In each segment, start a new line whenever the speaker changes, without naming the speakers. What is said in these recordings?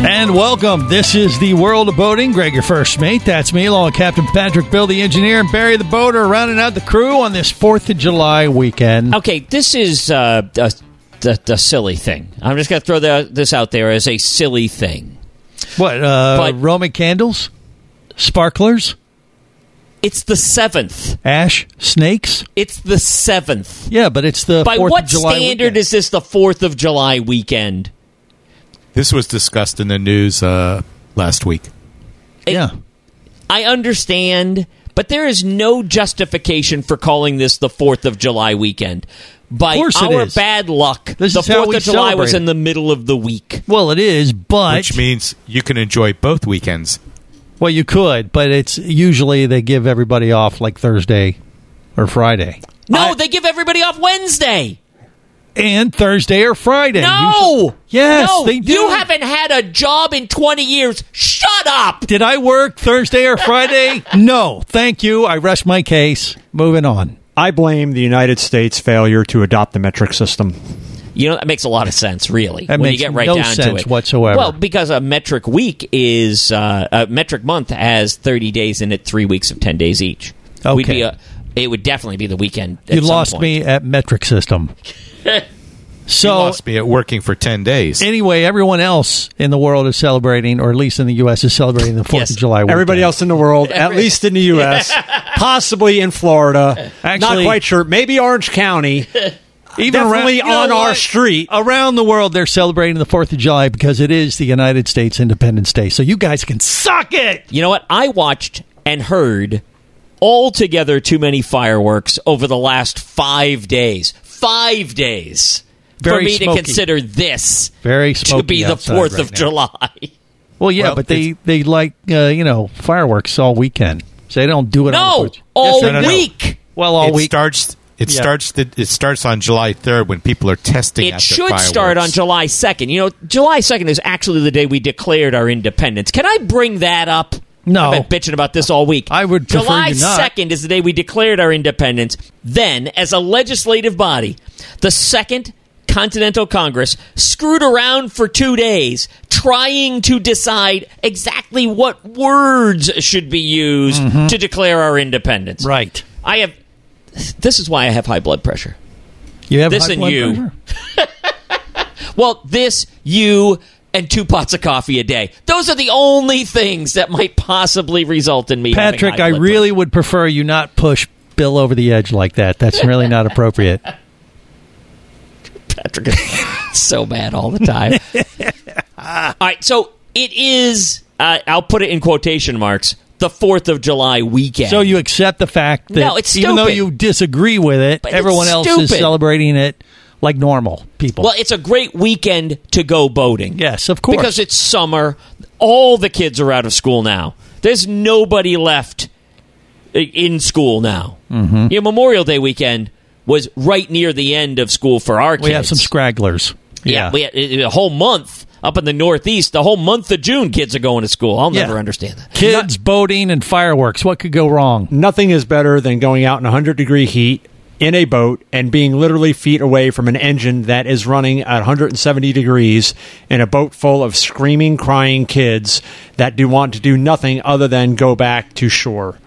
And welcome. This is the world of boating. Greg, your first mate. That's me, along with Captain Patrick Bill, the engineer, and Barry the boater, rounding out the crew on this 4th of July weekend.
Okay, this is uh, a, a, a silly thing. I'm just going to throw that, this out there as a silly thing.
What? Uh,
But-
Roman candles? Sparklers?
It's the seventh.
Ash? Snakes?
It's the seventh.
Yeah, but it's the
By
4th
what
of July
standard
weekend.
is this the Fourth of July weekend?
This was discussed in the news uh, last week.
it-
Yeah.
I understand, but there is no justification for calling this the Fourth of July weekend. By
course it
our
is.
bad luck,
This
the
is how
Fourth
we
of July
celebrate
was
it.
in the middle of the week.
Well, it is, but
Which means you can enjoy both weekends.
well, you could, but it's usually they give everybody off like Thursday or Friday,
No, they give everybody off Wednesday.
and Thursday or Friday. usually-
No,
Yes,
no,
they do.
You haven't had a job in twenty years. Shut up.
Did I work Thursday or Friday? no, thank you. I rest my case. Moving on.
I blame the United States' failure to adopt the metric system.
You know, that makes a lot of sense, really.
That
when
makes
you get right
no
down
sense
to it.
whatsoever.
Well, because a metric week is uh, a metric month has thirty days in it, three weeks of ten days each. We'd
Okay.
be a, it would definitely be the weekend. at
You
some
lost
point.
me at metric system.
You
Oh.
so
lost me at working for 10 days.
anyway, everyone else in the world is celebrating, or at least in the U.S. is celebrating the Fourth
Yes.
of July. Weekend.
Everybody else in the world, at
Every-
least in the U.S., possibly in Florida.
Actually-
not quite sure. Maybe Orange County.
Even around-
definitely
You know
on our
what?
street.
around the world, they're celebrating the Fourth of July because it is the United States Independence Day. So you guys can suck it.
You know what? I watched and heard altogether too many fireworks over the last five days. Five days for
Very
me
smoky.
to consider this
Very
to be
smoky
the
outside
Fourth
right
of
now.
July.
Well, yeah,
Well,
but they they like uh, you know fireworks all weekend, so they don't do it. on
No,
the 4th.
all
Yes, they do.
week.
Well, all
it
week.
starts. It
Yeah.
starts. The, it starts on July third when people are testing.
It
out
should
the fireworks.
start on July 2nd. You know, July 2nd is actually the day we declared our independence. Can I bring that up?
No.
I've been bitching about this all week.
I would prefer
July
you not.
2nd is the day we declared our independence. Then, as a legislative body, the Second Continental Congress screwed around for two days trying to decide exactly what words should be used
Mm-hmm.
to declare our independence.
right.
I have. This is why I have high blood pressure.
You have
This
high
and
blood
you.
pressure?
Well, this, you, and two pots of coffee a day. Those are the only things that might possibly result in me. having
Patrick.
high
I
blood
really would prefer you not push Bill over the edge like that. That's really not appropriate.
pressure. Patrick is so bad all the time. all right, so it is. Uh, I'll put it in quotation marks. The Fourth of July weekend.
So you accept the fact that
No, it's
even though
stupid.
you disagree with it,
But it's
everyone else is
stupid.
celebrating it like normal people.
Well, it's a great weekend to go boating.
Yes, of course.
Because it's summer. All the kids are out of school now. There's nobody left i- in school now. Mm-hmm. Your Memorial Day weekend was right near the end of school for our kids.
we have some scragglers.
Yeah, we had i- i- a whole month up in the Northeast. The whole month of June, kids are going to school. I'll
Yeah.
never understand that.
kids, boating, and fireworks. What could go wrong?
Nothing is better than going out in 100 degree heat in a boat and being literally feet away from an engine that is running at 170 degrees in a boat full of screaming, crying kids that do want to do nothing other than go back to shore.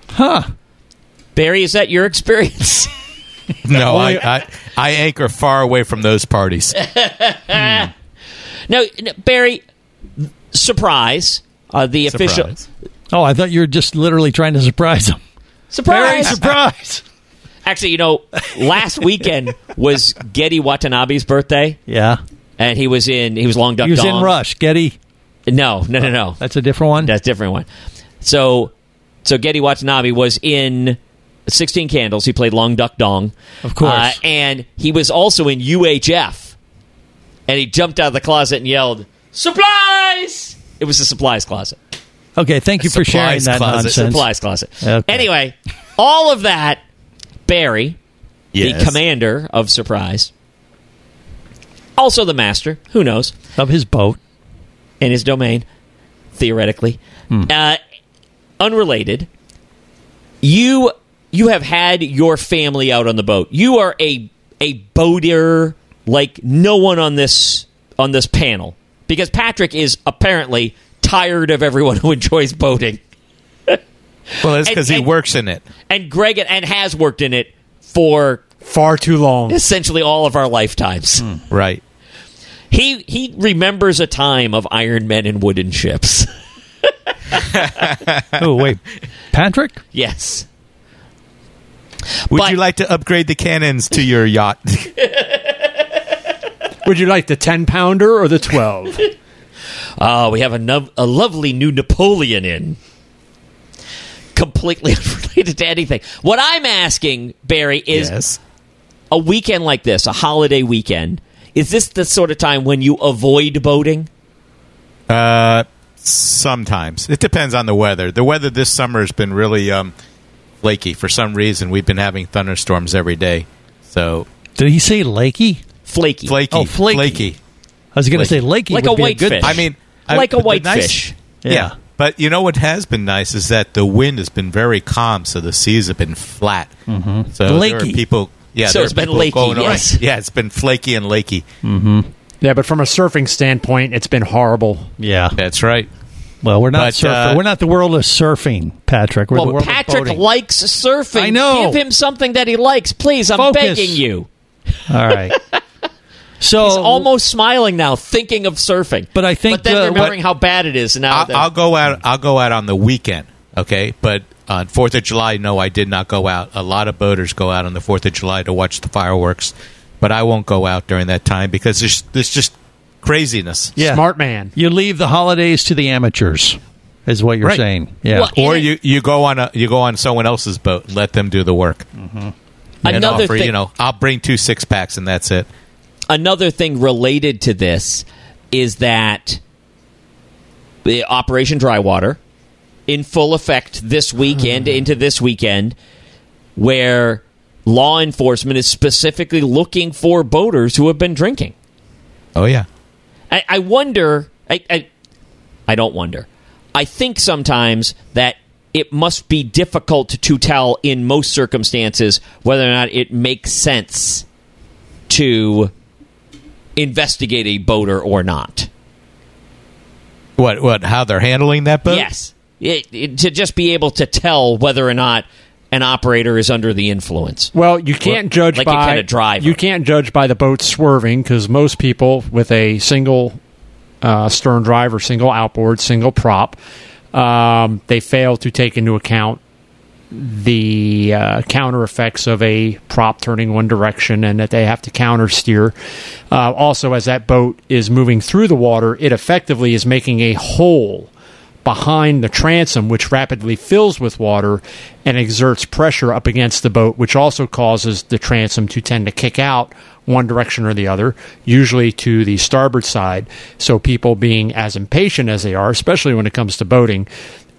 Barry, is that your experience?
No, I, I I anchor far away from those parties.
no, n- Barry, surprise. Uh, the official
Surprise.
Oh, I thought you were just literally trying to surprise them. Very
surprise.
surprise.
Actually, you know, last weekend was Getty Watanabe's birthday,
Yeah,
and he was in he was Long Duck.
he was in
Dong.
Rush. Oh, Getty.
No, no, no, no.
That's a different one.
That's a different one. So, so Getty Watanabe was in 16 Candles. He played Long Duck Dong.
Of course.
Uh, and he was also in UHF. And he jumped out of the closet and yelled, Supplies! It was the supplies closet.
Okay, thank you for sharing
Supplies
that
closet.
nonsense.
Supplies closet.
Okay.
Anyway, all of that, Barry,
Yes.
the commander of Surprise, also the master, who knows,
Of his boat.
in his domain, theoretically. Uh, unrelated, you you have had your family out on the boat. You are a a boater like no one on this on this panel because Patrick is apparently tired of everyone who enjoys boating.
Well,
And-
it's because he
and-
works in it.
and Greg and has worked in it for
Far too long.
essentially all of our lifetimes.
Right.
He he remembers a time of Iron Men and wooden ships.
Oh, wait. Patrick?
yes.
Would
But-
you like to upgrade the cannons to your yacht?
Would you like the 10 pounder or the 12?
Oh, we have a, nov- a lovely new Napoleon in. Completely unrelated to anything. What I'm asking, Barry, is a weekend like this, a holiday weekend, is this the sort of time when you avoid boating?
Sometimes it depends on the weather. The weather this summer has been really um, flaky. For some reason, we've been having thunderstorms every day. So
Did he say lakey?
Flaky.
flaky,
Oh, flaky. I was going to say lakey
Like
would
a
be good
whitefish.
I mean, I-
Like a
but the
whitefish.
yeah.
Yeah.
but you know what has been nice is that the wind has been very calm, so the seas have been flat. Mm-hmm. So there are
Lakey.
people. Yeah,
So
there
it's
are
been
people
lakey,
going, "All right."
yes.
yeah, it's been flaky and lakey.
yeah, but from a surfing standpoint, it's been horrible.
Yeah.
That's right.
Well, we're not
But,
surfer.
uh,
we're not the world of surfing, Patrick. We're the
Well,
world of
Patrick
boating.
likes surfing.
I know.
Give him something that he likes, please. I'm
Focus.
begging you.
All right. So
He's almost smiling now, thinking of surfing.
Oh. But I think uh,
but then
the-
remembering how bad it is now.
I'll,
that-
I'll go out. I'll go out on the weekend. Okay, but on Fourth of July, no, I did not go out. A lot of boaters go out on the Fourth of July to watch the fireworks, but I won't go out during that time because there's there's just craziness.
Yeah.
Smart man.
you leave the holidays to the amateurs, is what you're
Right.
saying. Yeah.
Well,
Or
And it-
you, you go on a you go on someone else's boat, and let them do the work. And
another
offer,
thing,
you know, I'll bring two six packs and that's it.
another thing related to this is that the Operation Drywater in full effect this weekend into this weekend, where law enforcement is specifically looking for boaters who have been drinking.
Oh yeah,
I, I wonder. I, I I don't wonder. I think sometimes that it must be difficult to tell in most circumstances whether or not it makes sense to investigate a boater or not.
what what how they're handling that boat?
yes, It- it- to just be able to tell whether or not an operator is under the influence.
Well, you can't judge
like you
by
can a driver.
You can't judge by the boat swerving because most people with a single uh, stern drive or single outboard, single prop, um, they fail to take into account the uh, counter effects of a prop turning one direction and that they have to counter steer. Uh, also, as that boat is moving through the water, it effectively is making a hole behind the transom, which rapidly fills with water and exerts pressure up against the boat, which also causes the transom to tend to kick out one direction or the other, usually to the starboard side. So, people being as impatient as they are, especially when it comes to boating,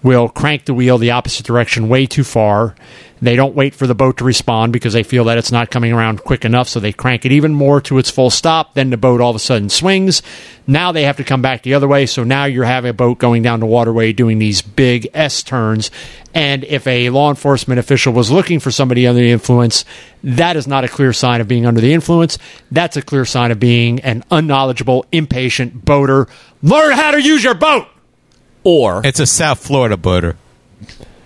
will crank the wheel the opposite direction way too far. They don't wait for the boat to respond because they feel that it's not coming around quick enough, so they crank it even more to its full stop. Then the boat all of a sudden swings. Now they have to come back the other way, so now you have a boat going down the waterway doing these big S turns. And if a law enforcement official was looking for somebody under the influence, that is not a clear sign of being under the influence. That's a clear sign of being an unknowledgeable, impatient boater. Learn how to use your boat!
Or
it's a South Florida boater.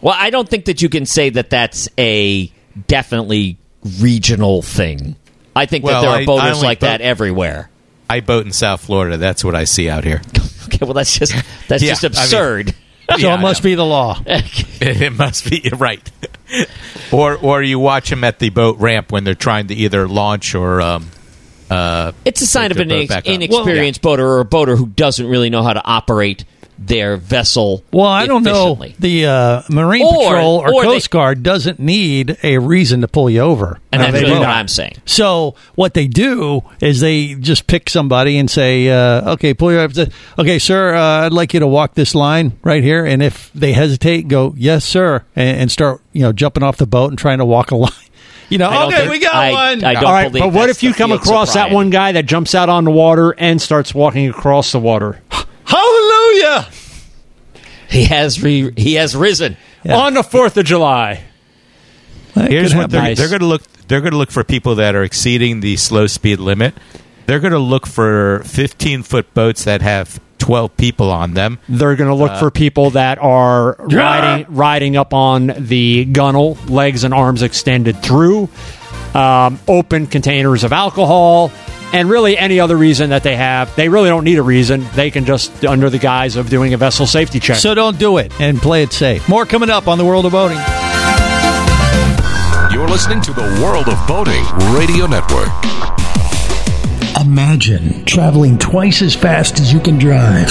Well, I don't think that you can say that that's a definitely regional thing. I think
Well,
that there
I-
are
I
boaters
only
like that
boat-
everywhere.
I boat in South Florida. That's what I see out here.
Okay, well that's just that's
Yeah,
just
I mean-
absurd.
so
Yeah,
it
I
must
know.
be the law.
It must be right, or or you watch them at the boat ramp when they're trying to either launch or um,
it's a sign of
Take
an
the boat
inex-
back up.
inexperienced boater or a boater who doesn't really know how to operate their vessel.
Well, I don't know.
efficiently.
The uh, Marine
Or-
Patrol or,
or they-
Coast Guard doesn't need a reason to pull you over.
And
No,
that's
they
really
do
what
not.
I'm saying.
So what they do is they just pick somebody and say, uh, "Okay, pull your okay, sir. Uh, I'd like you to walk this line right here." And if they hesitate, go, "Yes, sir," and, and start you know jumping off the boat and trying to walk a line. You know,
I don't
okay,
think-
we got
I-
one.
I don't
All right,
believe
but what
that's
if you
the
come
field
across that
sobriety.
one guy that jumps out on the water and starts walking across the water
Hallelujah!
He has re- he has risen.
Yeah.
on the Fourth of July?
That
Here's
could
what they're,
happen.
Nice.
they're going to look. They're going to look for people that are exceeding the slow speed limit. They're going to look for 15 foot boats that have 12 people on them.
They're going to look for people that are riding riding up on the gunnel, legs and arms extended through, um, open containers of alcohol, and really any other reason that they have. They really don't need a reason. They can just under the guise of doing a vessel safety check.
so don't do it and play it safe. More coming up on the world of boating.
You're listening to the World of Boating Radio Network.
Imagine traveling twice as fast as you can drive.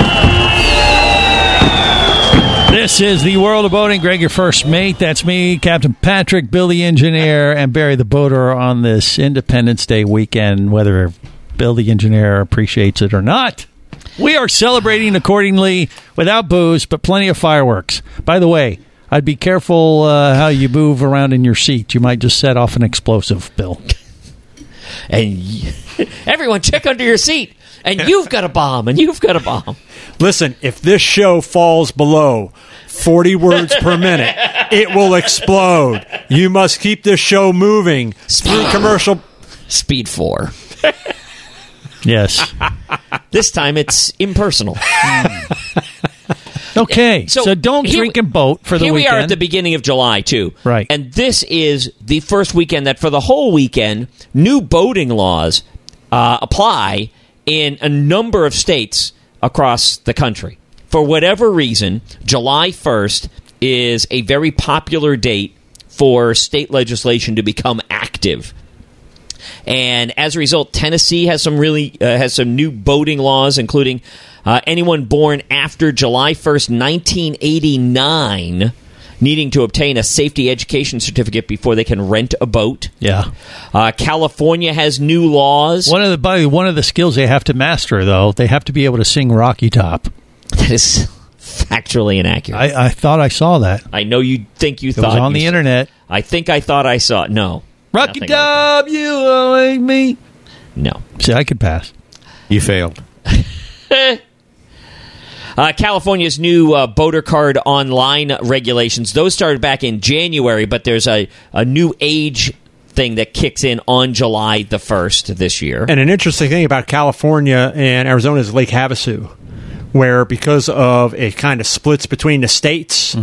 This is the world of boating. Greg, your first mate. That's me, Captain Patrick, Billy Engineer, and Barry the Boater on this Independence Day weekend, whether Bill the Engineer appreciates it or not. We are celebrating accordingly without booze, but plenty of fireworks. By the way, I'd be careful uh, how you move around in your seat. You might just set off an explosive, Bill.
And y- everyone, check under your seat. And you've got a bomb. And you've got a bomb.
Listen, if this show falls below 40 words per minute, it will explode. You must keep this show moving through commercial.
Speed four.
Yes.
This time it's impersonal.
Okay. So,
So,
don't
here-
drink and boat for the
Here
weekend.
we are at the beginning of July too.
Right.
And this is the first weekend that for the whole weekend new boating laws uh, apply in a number of states across the country. For whatever reason, July 1st is a very popular date for state legislation to become active. and as a result, Tennessee has some really uh, has some new boating laws, including uh, anyone born after July first, nineteen eighty nine. Needing to obtain a safety education certificate before they can rent a boat.
Yeah.
Uh, California has new laws.
One of the by the way, one of the skills they have to master though, they have to be able to sing Rocky Top.
That is factually inaccurate.
I, I thought I saw that.
I know you think you
It
thought
was on the
you saw-
internet.
I think I thought I saw it. No,
Rocky
Nothing like
Top, you owe me.
no.
See, I could pass.
You failed.
Uh, California's new uh, voter card online regulations. Those started back in January, but there's a, a new age thing that kicks in on July the first this year.
And an interesting thing about California and Arizona is Lake Havasu, where because of it kind of splits between the states,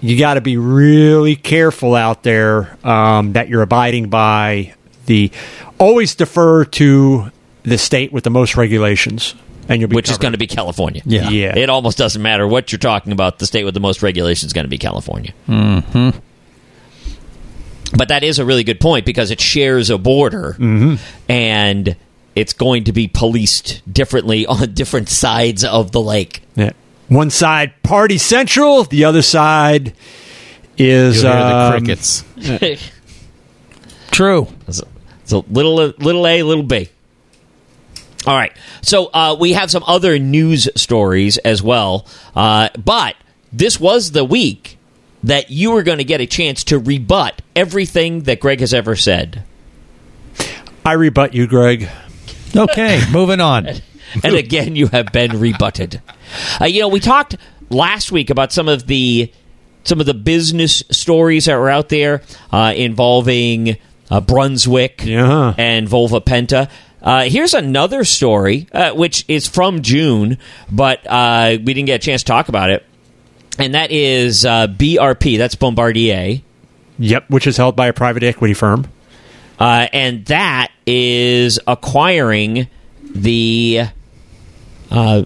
you got to be really careful out there um, that you're abiding by the. Always defer to the state with the most regulations, and you'll be
which is
covered.
going to be California.
Yeah.
Yeah.
It almost doesn't matter what you're talking about. The state with the most regulations is going to be California. Mm-hmm. But that is a really good point because it shares a border
Mm-hmm.
and it's going to be policed differently on different sides of the lake.
Yeah. One side party central, the other side is
You'll hear the
um,
crickets.
True.
It's a, it's a little uh, little A, little B. All right. So uh, we have some other news stories as well, uh, but this was the week that you were going to get a chance to rebut everything that Greg has ever said,
I rebut you, Greg.
Okay, moving on.
and again, you have been rebutted. Uh, you know, we talked last week about some of the some of the business stories that were out there uh, involving uh, Brunswick
Yeah.
and Volva Penta. Uh, here's another story, uh, which is from June, but uh, we didn't get a chance to talk about it. And that is uh, BRP, that's Bombardier.
Yep, which is held by a private equity firm.
Uh, and that is acquiring the. Uh,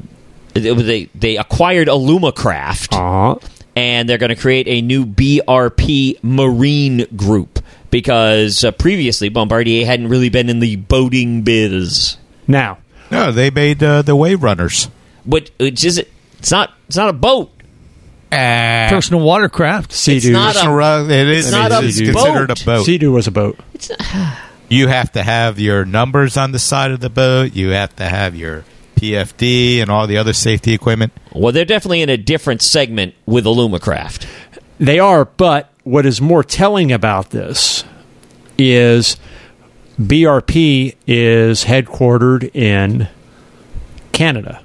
they, they acquired Alumacraft. and they're going to create a new BRP Marine Group because uh, previously Bombardier hadn't really been in the boating biz,
Now,
No, they made uh, the Wave Runners.
which, which is it? It's not. It's not a boat.
Uh,
Personal watercraft.
Sea
It's
Doo-
not a-
it is
It's not a
it's
boat.
considered a boat.
Sea Doo was a boat.
You have to have your numbers on the side of the boat. You have to have your PFD and all the other safety equipment.
Well, they're definitely in a different segment with Alumacraft.
They are, but what is more telling about this is BRP is headquartered in Canada.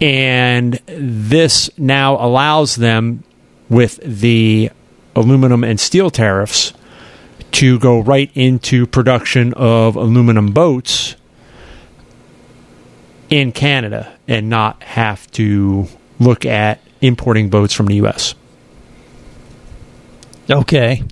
And this now allows them, with the aluminum and steel tariffs, to go right into production of aluminum boats in Canada and not have to look at importing boats from the U.S.
Okay.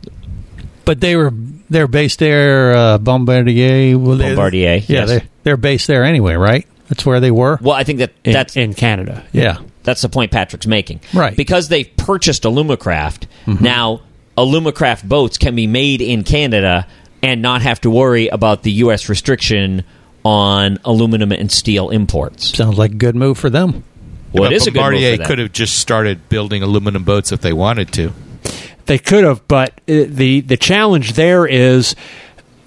But they were they're based there, uh, Bombardier. well, they-
Bombardier,
Yeah,
yes.
they're, they're based there anyway, right? That's where they were.
Well, I think that
in,
that's
in Canada.
Yeah.
that's the point Patrick's making,
Right. Mm-hmm.
Because they've purchased Alumacraft now. Alumacraft boats can be made in Canada and not have to worry about the U.S. restriction on aluminum and steel imports.
Sounds like a good move for them.
Well,
But
it is a good move
Bombardier
for them.
could have just started building aluminum boats if they wanted to.
They could have, but uh, the the challenge there is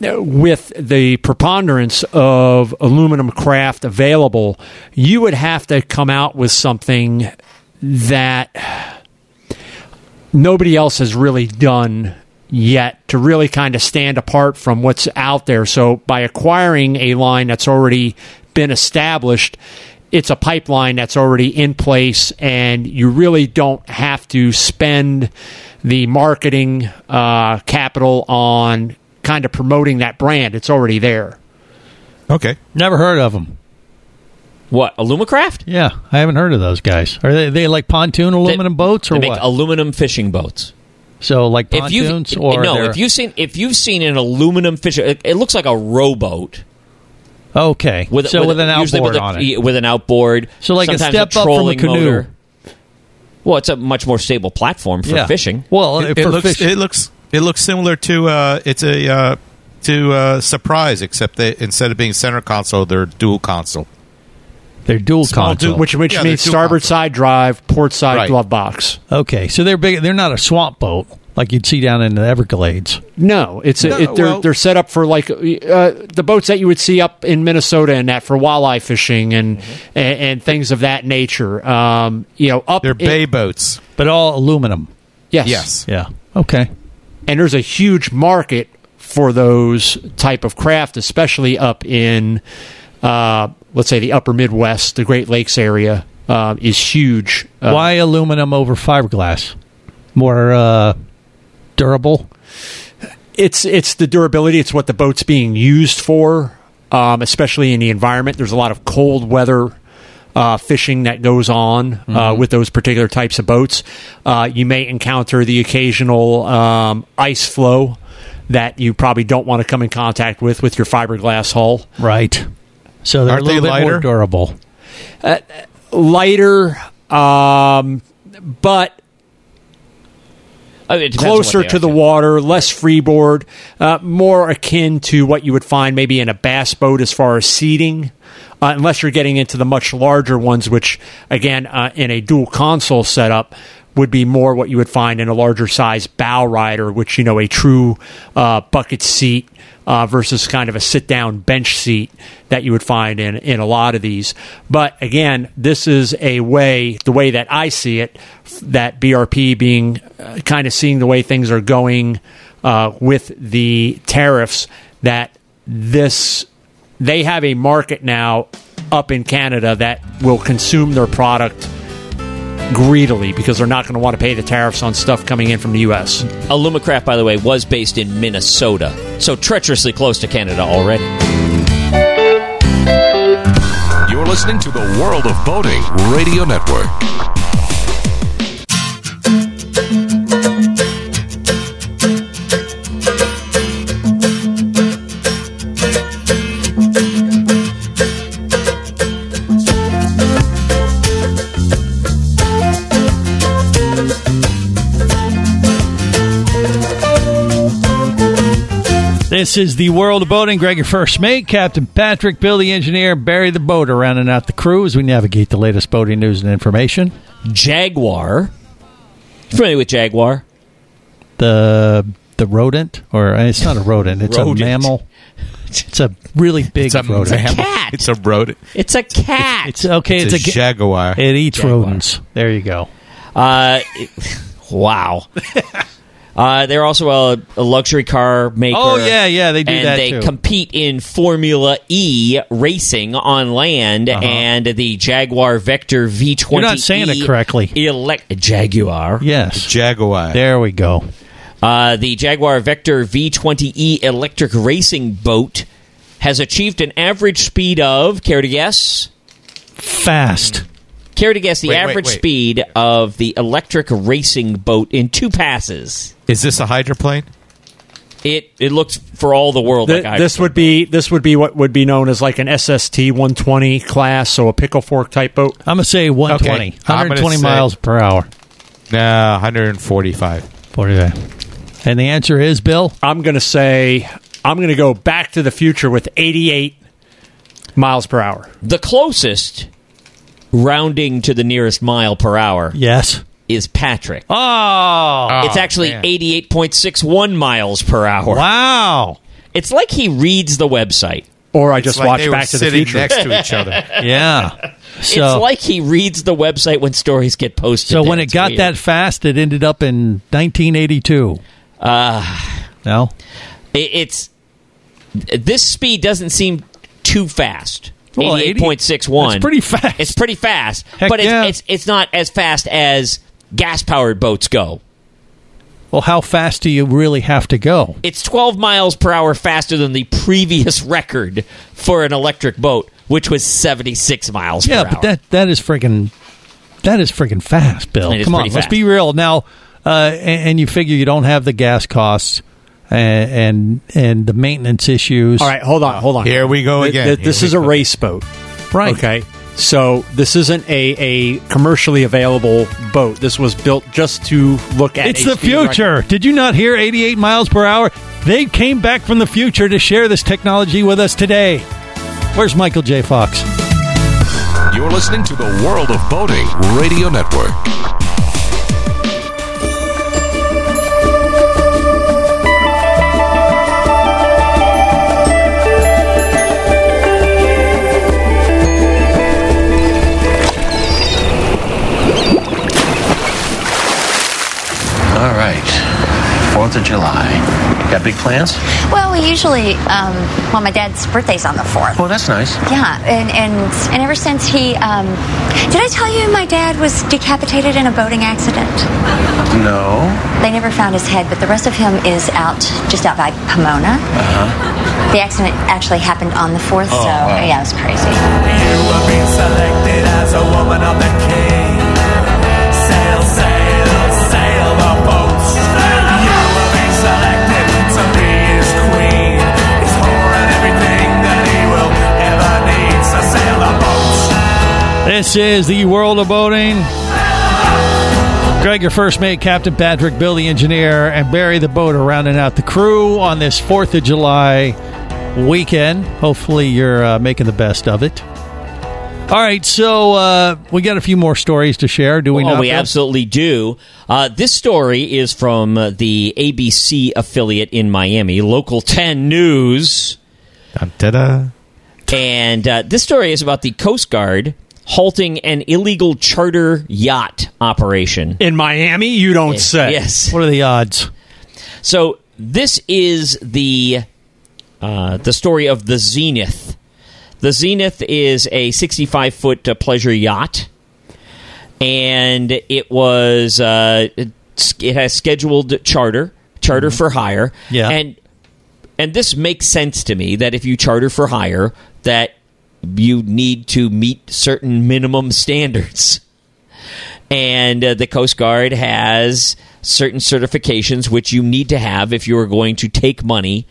uh, with the preponderance of aluminum craft available, you would have to come out with something that nobody else has really done yet to really kind of stand apart from what's out there. So by acquiring a line that's already been established, it's a pipeline that's already in place, and you really don't have to spend the marketing uh, capital on kind of promoting that brand. It's already there.
Okay.
Never heard of them.
What Alumacraft?
Yeah, I haven't heard of those guys. Are they, they like pontoon aluminum boats or
they
what?
make aluminum fishing boats.
so like
If
pontoons
you've eh,
or
no,
they're-
if you've seen if you've seen an aluminum fishing, it, it looks like a rowboat
okay,
with
so with, an
usually
outboard
with a, e,
on it.
with an outboard.
So like a
sometimes
step up from a
trolling
canoe.
motor. Well, it's a much more stable platform for
Yeah.
fishing.
Well,
it,
for
it looks
fishing.
it looks it looks similar to uh, it's a uh, to uh, Surprise, except that instead of being center console, they're dual console.
They're dual
Small
console,
dual-
which which
Yeah,
means
they're dual
starboard side drive, port side
Right.
glove box.
Okay, so they're big. They're not a swamp boat like you'd see down in the Everglades.
No, it's
No,
a, it, they're
well-
they're set up for like uh, the boats that you would see up in Minnesota and that for walleye fishing and
Mm-hmm.
and, and things of that nature. Um, you know, up
They're
in-
bay boats.
but all aluminum.
yes,
Yes.
Yeah. Okay.
and there's a huge market for those type of craft, especially up in, uh, let's say, the upper Midwest, the Great Lakes area uh, is huge. Uh,
Why aluminum over fiberglass? More uh, durable.
It's it's the durability. It's what the boat's being used for, um, especially in the environment. There's a lot of cold weather. Uh, fishing that goes on uh, with those particular types of boats. Uh, you may encounter the occasional um, ice flow that you probably don't want to come in contact with with your fiberglass hull.
Right. So they're
Aren't
a little
they
bit more
lighter?
durable.
lighter, um, but
I mean, it depends on what
closer
they are,
to the
too.
water, less freeboard, uh, more akin to what you would find maybe in a bass boat as far as seating. Uh, unless you're getting into the much larger ones, which again, uh, in a dual console setup, would be more what you would find in a larger size bow rider, which you know a true uh, bucket seat uh, versus kind of a sit down bench seat that you would find in, in a lot of these. But again, this is a way, the way that I see it, f- that BRP being uh, kind of seeing the way things are going uh, with the tariffs, that this, they have a market now up in Canada that will consume their product greedily because they're not going to want to pay the tariffs on stuff coming in from the U.S.
Alumacraft, by the way, was based in Minnesota, so treacherously close to Canada already.
You're listening to the World of Boating Radio Network.
This is the world of boating. Greg, your first mate, Captain Patrick, Bill, the engineer, Barry, the boater, rounding out the crew as we navigate the latest boating news and information.
Jaguar. You familiar with Jaguar?
The the rodent, or uh, it's not a rodent, it's
Rodent.
a mammal. It's a really big
It's a
rodent.
mammal.
Cat.
It's a rodent.
It's a cat.
It's okay. It's,
It's, a,
ga-
jaguar.
It eats
Jaguar.
rodents. There you go.
Uh, it- wow. Uh, they're also a, a luxury car maker.
Oh, yeah, yeah, they do
and
that,
they
too.
compete in Formula E racing on land, and the Jaguar Vector V20.
Uh-huh. You're not saying it correctly.
Elect- Jaguar.
Yes.
jaguar.
There we go.
Uh, the Jaguar Vector V20e electric racing boat has achieved an average speed of, care to guess?
Fast.
Care to guess the
Wait, wait,
average
wait.
speed of the electric racing boat in two passes?
Is this a hydroplane?
It it looks for all the world
Th-
like I
this would be this would be what would be known as like an SST 120 class, so a pickle fork type boat.
I'm going to say 120.
Okay. I'm gonna
120
say-
miles per hour.
No, 145.
45. And the answer is, Bill?
I'm gonna say I'm gonna go Back to the Future with 88 miles per hour.
the closest rounding to the nearest mile per hour
Yes.
is Patrick.
Oh.
it's actually
man.
88.61 miles per hour.
wow.
It's like he reads the website.
Or I
It's
just
like
watched
they were
Back to the
sitting
Future.
next to each other.
Yeah. So,
it's like he reads the website when stories get posted.
so
there.
when it
It's
got
weird.
that fast, it ended up in 1982.
Ah.
Uh, no?
It- it's this speed doesn't seem too fast.
Well, 80
Eighty-eight point six one.
that's pretty fast.
It's pretty fast,
Heck
but it's,
yeah.
it's it's not as fast as gas powered boats go.
Well, how fast do you really have to go?
It's 12 miles per hour faster than the previous record for an electric boat, which was 76 miles
Yeah,
per
but
hour.
that that is freaking that is freaking fast, Bill.
It is
Come on,
pretty
let's
fast.
be real now. Uh, and, and you figure you don't have the gas costs and and, and the maintenance issues.
All right, hold on, hold on.
Here we go
Th-
again.
th-
Here
this
we
is a
go.
race boat.
right?
Okay. So this isn't a, a commercially available boat. This was built just to look at.
It's
a
the
speed record.
future. Did you not hear 88 miles per hour? They came back from the future to share this technology with us today. Where's Michael J. Fox?
You're listening to the World of Boating Radio Network.
All right. Fourth of July. Got big plans?
Well, we usually, um, well, my dad's birthday's on the 4th.
Oh, that's nice.
Yeah, and, and, and ever since he, um, did I tell you my dad was decapitated in a boating accident?
No.
They never found his head, but the rest of him is out, just out by Pomona.
Uh-huh.
The accident actually happened on the 4th,
Oh,
so
wow.
yeah, it was crazy.
You were being selected as a woman of the king. Sail, sail, sail the boats. You were being selected to be his queen. He's pouring everything that he will ever need. So sail the boats.
This is the world of boating. Greg, your first mate, Captain Patrick, Bill the engineer, and Barry the boater rounding out the crew on this 4th of July weekend. Hopefully, you're uh, making the best of it. All right, so uh, we got a few more stories to share, do we
oh,
not?
we
Bill?
absolutely do. Uh, this story is from uh, the ABC affiliate in Miami, Local 10 News. And uh, this story is about the Coast Guard halting an illegal charter yacht operation.
In Miami, you don't
Yes.
say.
Yes.
What are the odds?
So this is the uh, the story of the Zenith. The Zenith is a 65 foot uh, pleasure yacht, and it was uh, it, it has scheduled charter charter for hire.
Yeah.
and and this makes sense to me that if you charter for hire, that you need to meet certain minimum standards and uh, the Coast Guard has certain certifications which you need to have if you are going to take money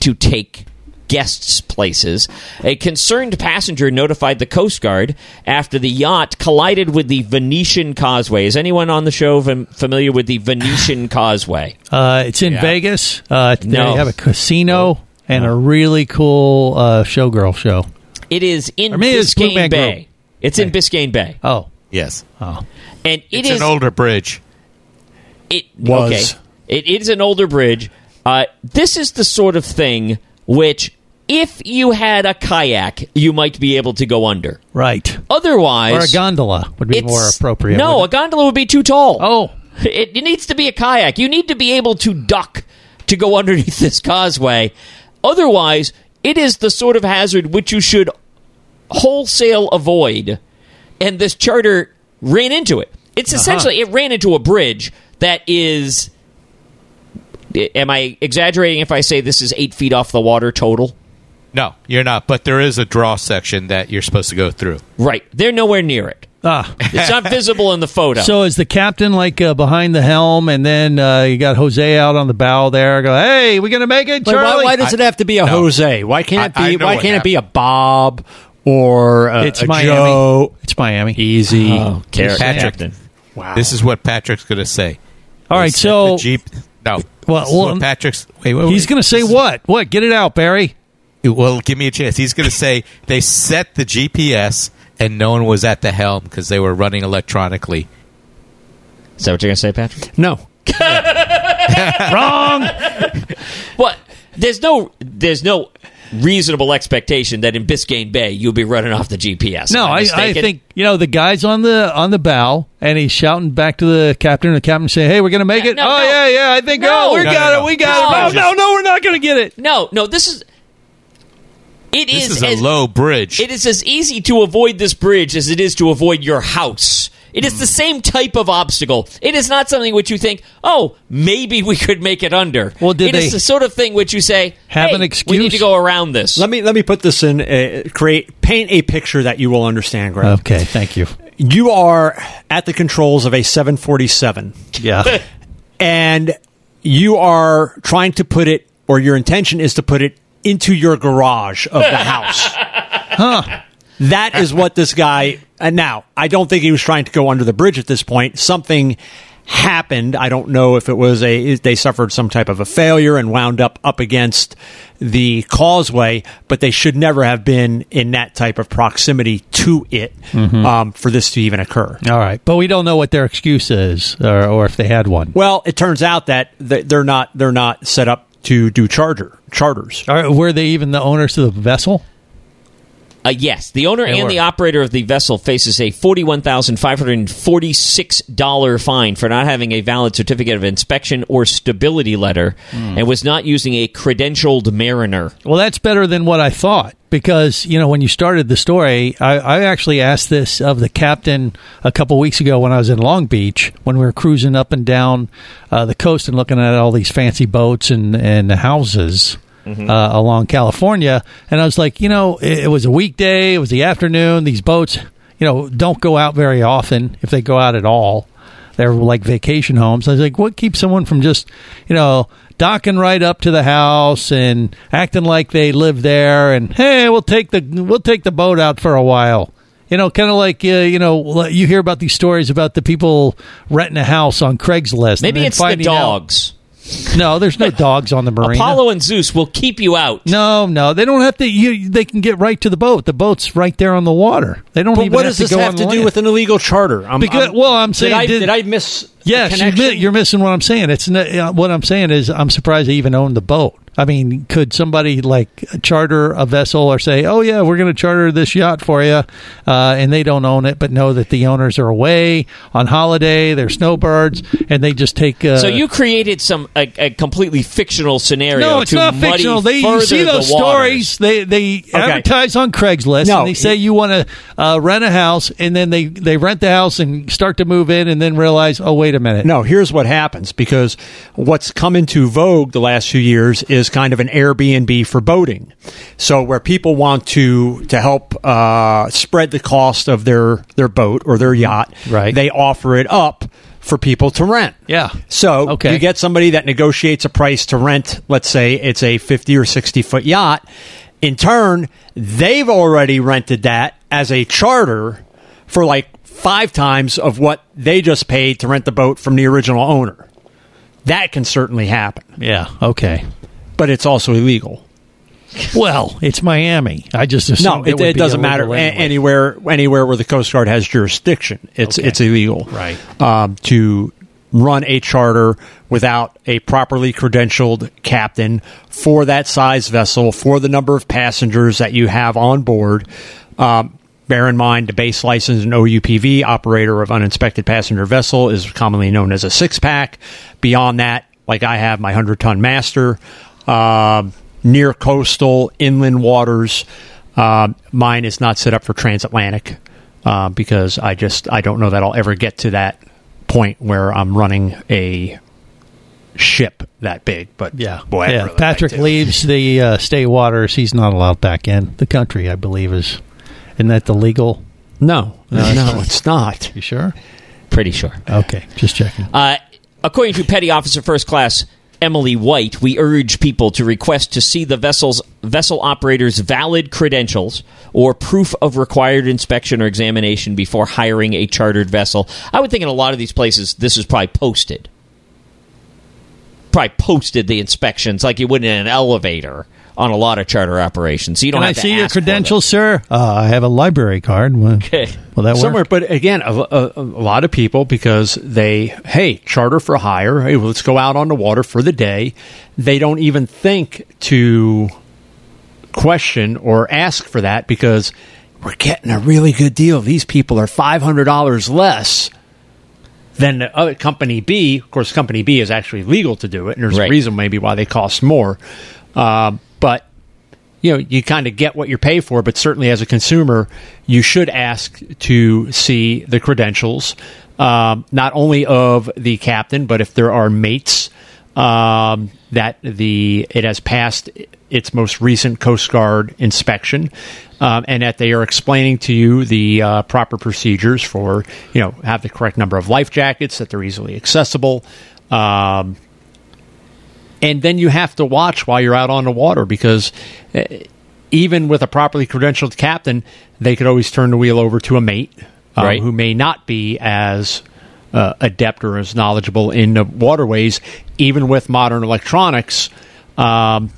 to take guests' places. A concerned passenger notified the Coast Guard after the yacht collided with the Venetian Causeway. Is anyone on the show fam- familiar with the Venetian Causeway?
Uh, it's in
Yeah.
Vegas. Uh, they
No.
have a casino and a really cool uh, showgirl show.
It is in
Or maybe it's Blue
Biscayne
Man
Bay.
Grove.
It's in Biscayne Bay.
Oh,
Yes.
Oh.
And
it's an older bridge.
It
Was.
okay. It, it is an older bridge. Uh, this is the sort of thing which, if you had a kayak, you might be able to go under.
right.
Otherwise,
Or a gondola would be
it's-
more appropriate.
No,
wouldn't
a gondola would be too tall. Oh, it, it needs to be a kayak. You need to be able to duck to go underneath this causeway. Otherwise, it is the sort of hazard which you should wholesale avoid. And this charter ran into it. It's
Uh-huh.
essentially it ran into a bridge that is. Am I exaggerating if I say this is eight feet off the water total?
No, you're not. But there is a draw section that you're supposed to go through.
Right, they're nowhere near it.
Ah,
It's not visible in the photo.
So is the captain like uh, behind the helm, and then uh, you got Jose out on the bow there? Go, hey, we gonna make it,
Wait, why,
Charlie?
why does it have to be a
No.
Jose? Why can't
I- I
it be?
know
Why
what
can't it be a Bob or a,
It's
a
Miami.
Joe?
It's Miami.
Easy.
Oh,
Patrick.
Wow.
This is what Patrick's going to say.
All right, so
The Jeep. No.
Well,
This is what
well,
Patrick's. Wait, wait,
he's
wait.
gonna say what? What? Get it out, Barry.
Well, give me a chance. He's going to say they set the GPS and no one was at the helm because they were running electronically.
Is that what you're going to say, Patrick?
No.
Wrong.
What? There's no there's no reasonable expectation that in Biscayne Bay you'll be running off the GPS.
No,
Am
I, I
mistaken?
think you know the guy's on the on the bow, and he's shouting back to the captain. and The captain saying, "Hey, we're gonna make it."
no,
oh
no.
yeah, yeah, I think.
No.
oh, we
No,
got
no,
it,
no.
we got
No,
it. No, no, no, we're not gonna get it.
no, no. This is it is
This is a
as-
low bridge.
It is as easy to avoid this bridge as it is to avoid your house. It is the same type of obstacle. It is not something which you think, oh, maybe we could make it under. Well,
did they
the sort of thing which you say,
have
"Hey,
an
We need to
excuse?"
go around this.
Let me let me put this in. Uh, create paint a picture that you will understand, Greg.
Okay, thank you.
You are at the controls of a 747.
Yeah.
and you are trying to put it, or your intention is to put it into your garage of the house. huh. uh, That is what this guy. And now, I don't think he was trying to go under the bridge at this point. Something happened. I don't know if it was a they suffered some type of a failure and wound up up against the causeway, but they should never have been in that type of proximity to it
Mhm.
um, for this to even occur.
All right, but we don't know what their excuse is, or, or if they had one.
Well, it turns out that th- they're not they're not set up to do charter charters.
All right, were they even the owners of the vessel?
Uh, yes, the owner and the operator of the vessel faces a forty-one thousand five hundred forty-six dollar fine for not having a valid certificate of inspection or stability letter,
Hmm.
and was not using a credentialed mariner.
Well, that's better than what I thought because, you know, when you started the story, I, I actually asked this of the captain a couple weeks ago when I was in Long Beach when we were cruising up and down uh, the coast and looking at all these fancy boats and, and houses. Uh, along California, and I was like, you know, it, it was a weekday, it was the afternoon. These boats, you know, don't go out very often if they go out at all they're like vacation homes. I was like, what keeps someone from just, you know, docking right up to the house and acting like they live there? And hey, we'll take the we'll take the boat out for a while. You know, kind of like uh, you know, you hear about these stories about the people renting a house on Craigslist. and
Maybe
then
it's the
finding out-
dogs.
no, there's no dogs on the marina.
Apollo and Zeus will keep you out.
No, no, they don't have to. You, they can get right to the boat. The boat's right there on the water. They don't
But
even
what
have
does this
to go
have
on
to do
land.
with an illegal charter? I'm,
Because- well, I'm saying
did I,
did-
did I miss?
Yes, you
connection?
mi- you're missing what I'm saying. It's not, uh, what I'm saying is I'm surprised they even owned the boat. I mean, could somebody like charter a vessel or say, "Oh yeah, we're going to charter this yacht for you," uh, and they don't own it, but know that the owners are away on holiday, they're snowbirds, and they just take. Uh,
so you created some a, a completely fictional scenario.
no, it's
to
not
muddy
fictional. They you
further
see
the
those
water.
stories. They they advertise on Craigslist
No,
and they say you want to uh, rent a house, and then they they rent the house and start to move in, and then realize, oh wait a minute,
No, here's what happens because what's come into vogue the last few years is kind of an Airbnb for boating. So where people want to to help uh, spread the cost of their their boat or their yacht, right. they offer it up for people to rent.
Yeah.
So
Okay.
you get somebody that negotiates a price to rent, let's say it's a 50 or 60 foot yacht. In turn, they've already rented that as a charter for like five times of what they just paid to rent the boat from the original owner. That can certainly happen.
Yeah. Okay.
But it's also illegal.
Well, it's Miami. I just assumed
no, it,
would
it
be
doesn't matter
illegal
a-
anyway.
anywhere anywhere where the Coast Guard has jurisdiction. It's
Okay.
it's illegal,
Right.
Um, to run a charter without a properly credentialed captain for that size vessel for the number of passengers that you have on board. Um, bear in mind the base license and OUPV operator of uninspected passenger vessel is commonly known as a six pack. Beyond that, like I have my hundred ton master. Um, near coastal inland waters. Um, mine is not set up for transatlantic uh, because I just I don't know that I'll ever get to that point where I'm running a ship that big. But yeah, boy, I'd
yeah,
really-
Patrick leaves the uh, state waters. He's not allowed back in the country. I believe is isn't that the legal?
No, no, it's not.
You sure?
Pretty sure.
Okay, just checking.
Uh, according to Petty Officer First Class Emily White, we urge people to request to see the vessel's vessel operator's valid credentials or proof of required inspection or examination before hiring a chartered vessel. I would think in a lot of these places this is probably posted. Probably posted the inspections like you would in an elevator on a lot of charter operations. So you don't
Can
have
I
to
see your
ask for them.
credentials, sir? Uh, I have a library card. Well,
Okay.
will that
somewhere.
work?
But again, a, a, a lot of people because they hey charter for hire. Hey, well, let's go out on the water for the day. They don't even think to question or ask for that because we're getting a really good deal. These people are five hundred dollars less than the other company B. Of course, company B is actually legal to do it, and there's a reason maybe why they cost more. Um, but you know, you kind of get what you pay for, but certainly as a consumer, you should ask to see the credentials, um, not only of the captain, but if there are mates um, that the it has passed its most recent Coast Guard inspection, um, and that they are explaining to you the uh, proper procedures for you know have the correct number of life jackets that they're easily accessible. Um, and then you have to watch while you're out on the water because uh, even with a properly credentialed captain, they could always turn the wheel over to a mate um,
Right.
who may not be as uh, adept or as knowledgeable in the waterways, even with modern electronics. Um,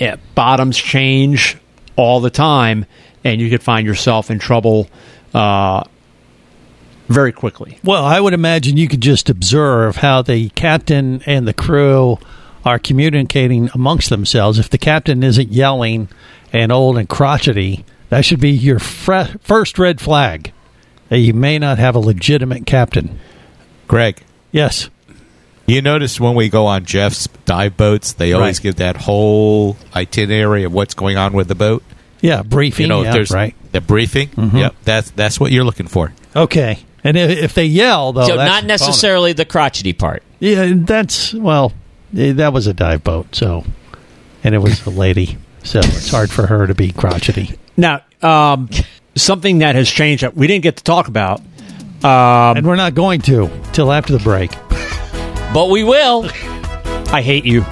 eh, bottoms change all the time, and you could find yourself in trouble uh, very quickly.
Well, I would imagine you could just observe how the captain and the crew are communicating amongst themselves. If the captain isn't yelling and old and crotchety, that should be your fre- first red flag that you may not have a legitimate captain.
Greg.
Yes.
You notice when we go on Jeff's dive boats, they always
Right.
give that whole itinerary of what's going on with the boat.
Yeah, briefing.
you know, if
yeah,
there's
right. Mm-hmm.
the briefing. Yep, that's that's what you're looking for.
Okay. And if, if they yell, though,
so
Oh, that's
not
a bonus.
necessarily the crotchety part.
Yeah, that's well. eh, That was a dive boat, so, and it was a lady, so it's hard for her to be crotchety.
Now, um, something that has changed that we didn't get to talk about, um,
and we're not going to till after the break.
But we will.
I hate you.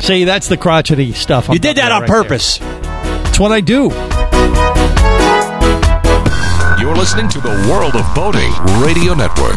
See, that's the crotchety stuff.
You did that on purpose.
It's what I do.
You're listening to the World of Boating Radio Network.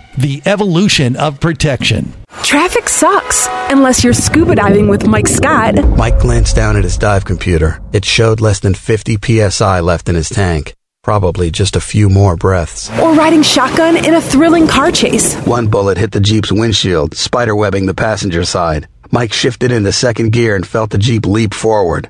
the evolution of protection.
Traffic sucks, unless you're scuba diving with Mike Scott.
Mike glanced down at his dive computer. It showed less than 50 psi left in his tank. Probably just a few more breaths.
Or riding shotgun in a thrilling car chase.
One bullet hit the Jeep's windshield, spiderwebbing the passenger side. Mike shifted into second gear and felt the Jeep leap forward.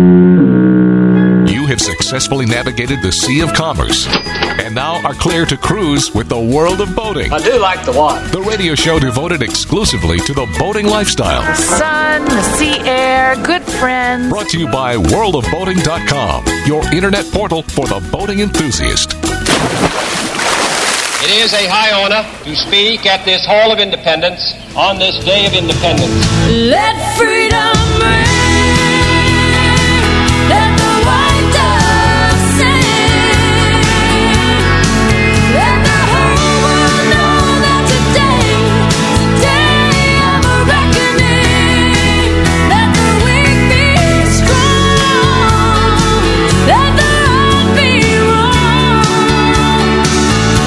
You have successfully navigated the Sea of Commerce and now are clear to cruise with the World of Boating. I do like the water. The radio show devoted exclusively to the boating lifestyle.
The sun, the sea air, good friends.
Brought to you by worldofboating.com, your internet portal for the boating enthusiast.
It is a high honor to speak at this Hall of Independence on this day of independence.
Let freedom ring. Let the white dove sing. Let the whole world know that today is a day of a reckoning. Let the weak be strong. Let the right be Oh, wrong.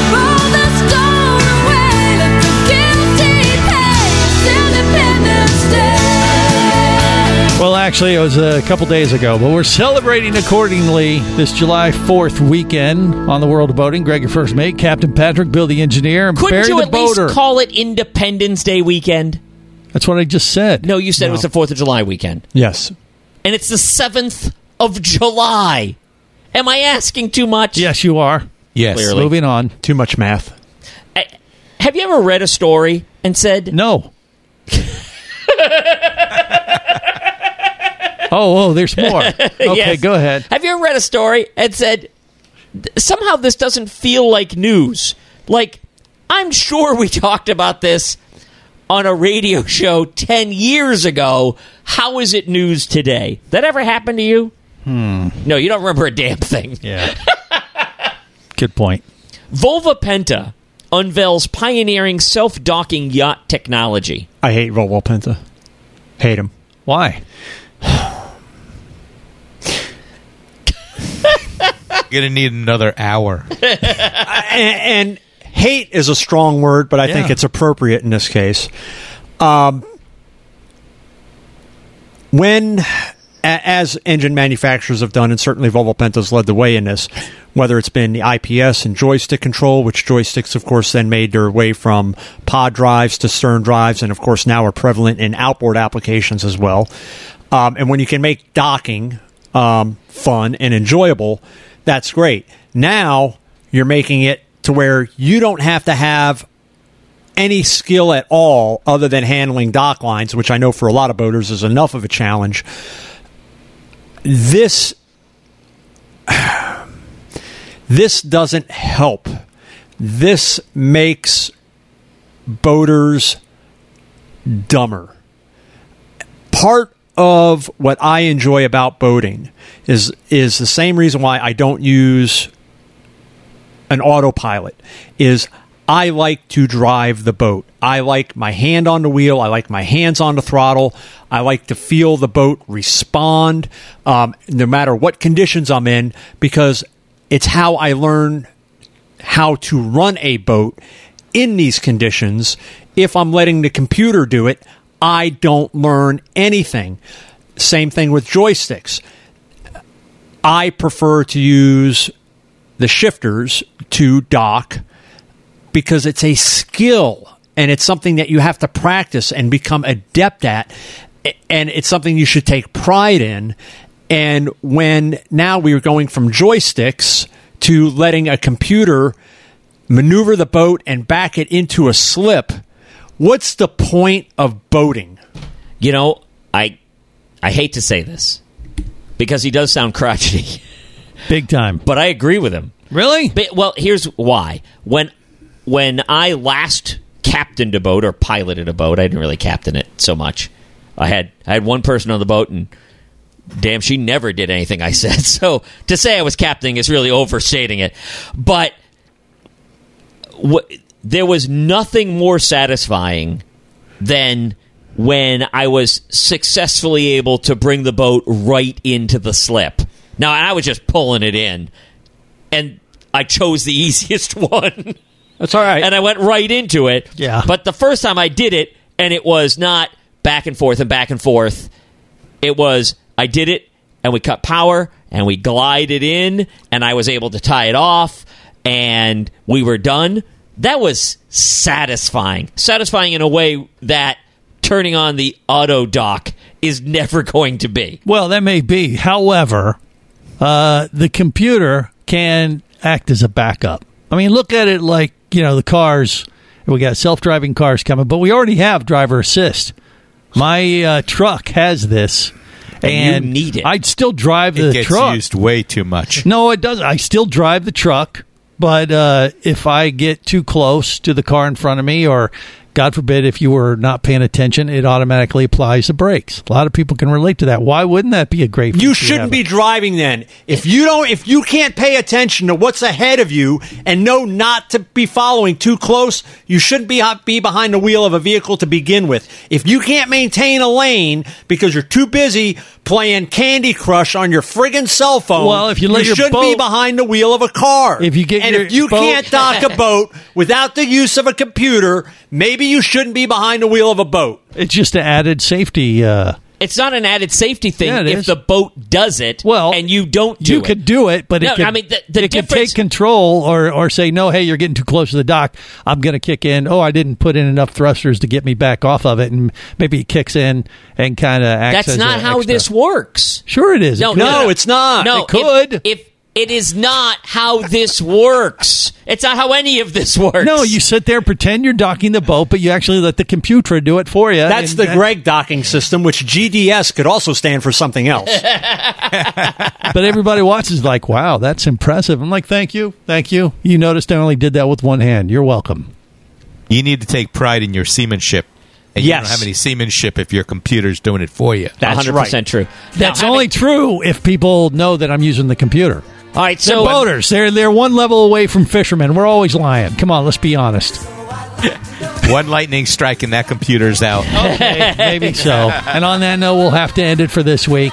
Roll the stone away. Let the guilty pay. It's Independence Day.
Well, actually, it was a couple days ago, but we're celebrating accordingly this July 4th weekend on the World of Boating. Greg, your first mate, Captain Patrick, Bill the Engineer, and
Couldn't
Barry
you
the
at
Boater.
least call it Independence Day weekend?
That's what I just said.
No, you said it was the 4th of July weekend.
Yes.
And it's the 7th of July. Am I asking too much?
Yes, you are.
Yes.
Clearly.
Moving on.
Too much math.
Have you ever read a story and said,
No. Oh, oh, there's more. Okay,
Yes.
go ahead.
Have you ever read a story and said somehow this doesn't feel like news? Like I'm sure we talked about this on a radio show 10 years ago. How is it news today? That ever happened to you?
Hmm.
No, you don't remember a damn thing.
Yeah. Good point.
Volvo Penta unveils pioneering self-docking yacht technology.
I hate Volvo Penta. Hate him.
Why?
You're gonna need another hour.
and, and hate is a strong word, but I think
Yeah.
it's appropriate in this case. Um, when, a- as engine manufacturers have done, and certainly Volvo Penta's led the way in this, whether it's been the IPS and joystick control, which joysticks, of course, then made their way from pod drives to stern drives, and of course now are prevalent in outboard applications as well. Um, and when you can make docking um, fun and enjoyable, that's great. Now you're making it to where you don't have to have any skill at all other than handling dock lines, which I know for a lot of boaters is enough of a challenge. This this doesn't help. This makes boaters dumber. Part of what I enjoy about boating is is the same reason why I don't use an autopilot is I like to drive the boat. I like my hand on the wheel. I like my hands on the throttle. I like to feel the boat respond, um, no matter what conditions I'm in, because it's how I learn how to run a boat in these conditions. If I'm letting the computer do it, I don't learn anything. Same thing with joysticks. I prefer to use the shifters to dock because it's a skill and it's something that you have to practice and become adept at a- and it's something you should take pride in and when now we are going from joysticks to letting a computer maneuver the boat and back it into a slip what's the point of boating
You know, I I hate to say this because he does sound crotchety.
Big time.
But I agree with him.
Really?
But, well, here's why. When when I last captained a boat or piloted a boat, I didn't really captain it so much. I had I had one person on the boat and damn she never did anything I said. So to say I was captaining is really overstating it. But what there was nothing more satisfying than when I was successfully able to bring the boat right into the slip. Now I was just pulling it in, and I chose the easiest one.
That's all right.
And I went right into it.
Yeah.
But the first time I did it, and it was not back and forth and back and forth. It was I did it, and we cut power, and we glided in, and I was able to tie it off, and we were done. That was satisfying. Satisfying in a way that turning on the auto dock is never going to be.
Well, that may be. However, uh, the computer can act as a backup. I mean, look at it like, you know, the cars. We got self driving cars coming, but we already have driver assist. My uh, truck has this.
And you
And
need it.
I'd still drive the
it gets
truck.
used way too much.
No, it doesn't. I still drive the truck, but uh, if I get too close to the car in front of me, or God forbid, if you were not paying attention, it automatically applies the brakes. A lot of people can relate to that. Why wouldn't that be a great?
You
feature to
shouldn't
have?
be driving then. If you don't if you can't pay attention to what's ahead of you and know not to be following too close, you shouldn't be be behind the wheel of a vehicle to begin with. If you can't maintain a lane because you're too busy playing Candy Crush on your friggin' cell phone,
Well, if you let your
shouldn't be
boat-
behind the wheel of a car. If you
get
and
your
if you
boat-
can't dock a boat without the use of a computer, maybe you shouldn't be behind the wheel of a boat.
It's just an added safety. Uh,
It's not an added safety thing
Yeah, it
if
is.
the boat does it well, and you don't do
you
it.
could do it, but
No,
it could,
I mean, the- the
it could
difference-
take control or, or say, no, hey, you're getting too close to the dock. I'm going to kick in. Oh, I didn't put in enough thrusters to get me back off of it. And maybe it kicks in and kind of acts
That's
as
not
a
how
extra-
this works.
Sure, it is. It could.
it's not.
No,
It could.
If, if It is not how this works. It's not how any of this works.
No, you sit there, pretend you're docking the boat, but you actually let the computer do it for you.
That's
and
the Greg docking system, which GDS could also stand for something else.
But everybody watches like, wow, that's impressive. I'm like, thank you, thank you. You noticed I only did that with one hand. You're welcome.
You need to take pride in your seamanship. And you
Yes.
don't have any seamanship if your computer's doing it for you.
That's 100% right.
true.
That's only true if people know that I'm using the computer.
All right,
They're
so
boaters, they're they're one level away from fishermen. We're always lying. Come on, let's be honest.
One lightning strike and that computer's out.
Oh, Okay, maybe so. And on that note, we'll have to end it for this week.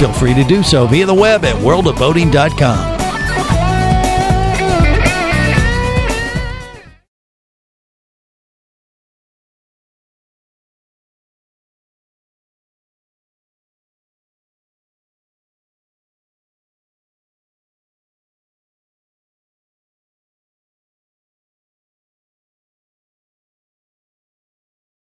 Feel free to do so via the web at worldofboating.com.